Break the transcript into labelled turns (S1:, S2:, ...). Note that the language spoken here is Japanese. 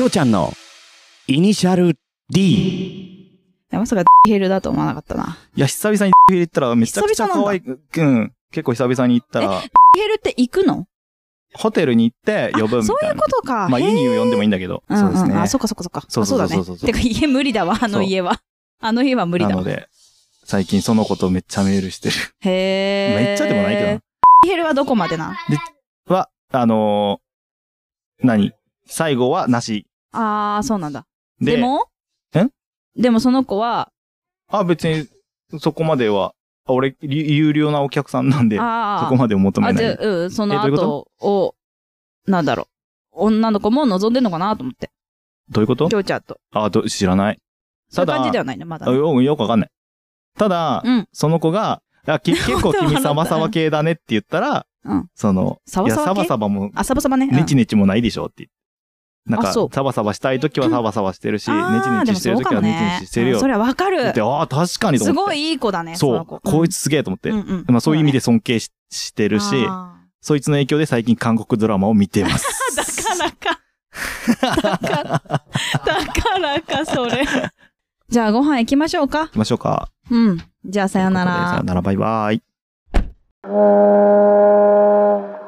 S1: ょうちゃんのイニシャル D。
S2: でもまさか、 ヘルだと思わなかったな。
S3: いや、久々にヘル行ったらめちゃくちゃ可愛い。うん。結構久々に行ったら、
S2: ヘルって行くの
S3: ホテルに行って呼ぶ
S2: あ
S3: み
S2: そう
S3: た
S2: い
S3: いうな
S2: こ。とか。
S3: まあ、
S2: へ
S3: 家
S2: ー
S3: に呼んでもいいんだけど。
S2: うん
S1: そうですね
S2: んんあ、そっかそっかそっか。
S3: そう
S2: あ
S3: そう
S2: だ
S3: そう
S2: ね。
S3: そう。
S2: てか、家無理だわ、あの家は。 あの家は無理
S3: な
S2: だ
S3: の
S2: わ。
S3: で、最近その子とめっちゃメールしてる。
S2: へえ。
S3: めっちゃでもないけどな。
S2: ヘルはどこまでな
S3: は、あのー何最後はなし。
S2: あー、そうなんだ。
S3: で、
S2: でも
S3: ん
S2: でもその子は、
S3: あ、別に、そこまでは、あ俺、り有料なお客さんなんで、そ
S2: あ
S3: こまで求
S2: ー、
S3: め
S2: あ、
S3: な
S2: じゃあ
S3: い。
S2: うん、その
S3: えどういう
S2: 後を、なんだろう。女の子も望んでんのかなと思って。
S3: どういうこと
S2: きょうちゃんと。
S3: あ、ど、知らない。
S2: そう
S3: た
S2: いう感じで
S3: だ、
S2: はないね、まだ
S3: あ
S2: ね。
S3: よよくわかんない。ただ、
S2: うん
S3: その子が、あけ結構
S2: 本当はあ
S3: 君
S2: なた
S3: サバサバ系だねって言ったら、
S2: うん
S3: その、
S2: サバ
S3: いや、
S2: サバ系
S3: サバサバも、
S2: あ、サバサバね。うん
S3: ネチネチもないでしょって。なん
S2: あ
S3: か
S2: そう、
S3: サバサバしたい時はサバサバしてるし、
S2: あ
S3: ネチネ
S2: ーで
S3: チ
S2: も
S3: してる
S2: そう
S3: 時
S2: かも
S3: はネチネ
S2: ね
S3: チしてる
S2: う
S3: よ
S2: んそ。れはわかる
S3: で、。ああ、確かにと
S2: す
S3: 思って。
S2: ごいいい子だね、
S3: そ
S2: の
S3: う、
S2: 子
S3: こいつすげえと思って。
S2: うんうん
S3: まあそういう意味で尊敬ししてるし、
S2: あー
S3: そいつの影響で最近韓国ドラマを見てます。
S2: だか らか。だから、だからか、それ。じゃあ、ご飯行きましょうか
S3: 行。きましょうか。
S2: うん。じゃあ、さよな
S3: ということでさよ
S2: ら。
S3: なら、バイバイ。
S4: Thank you.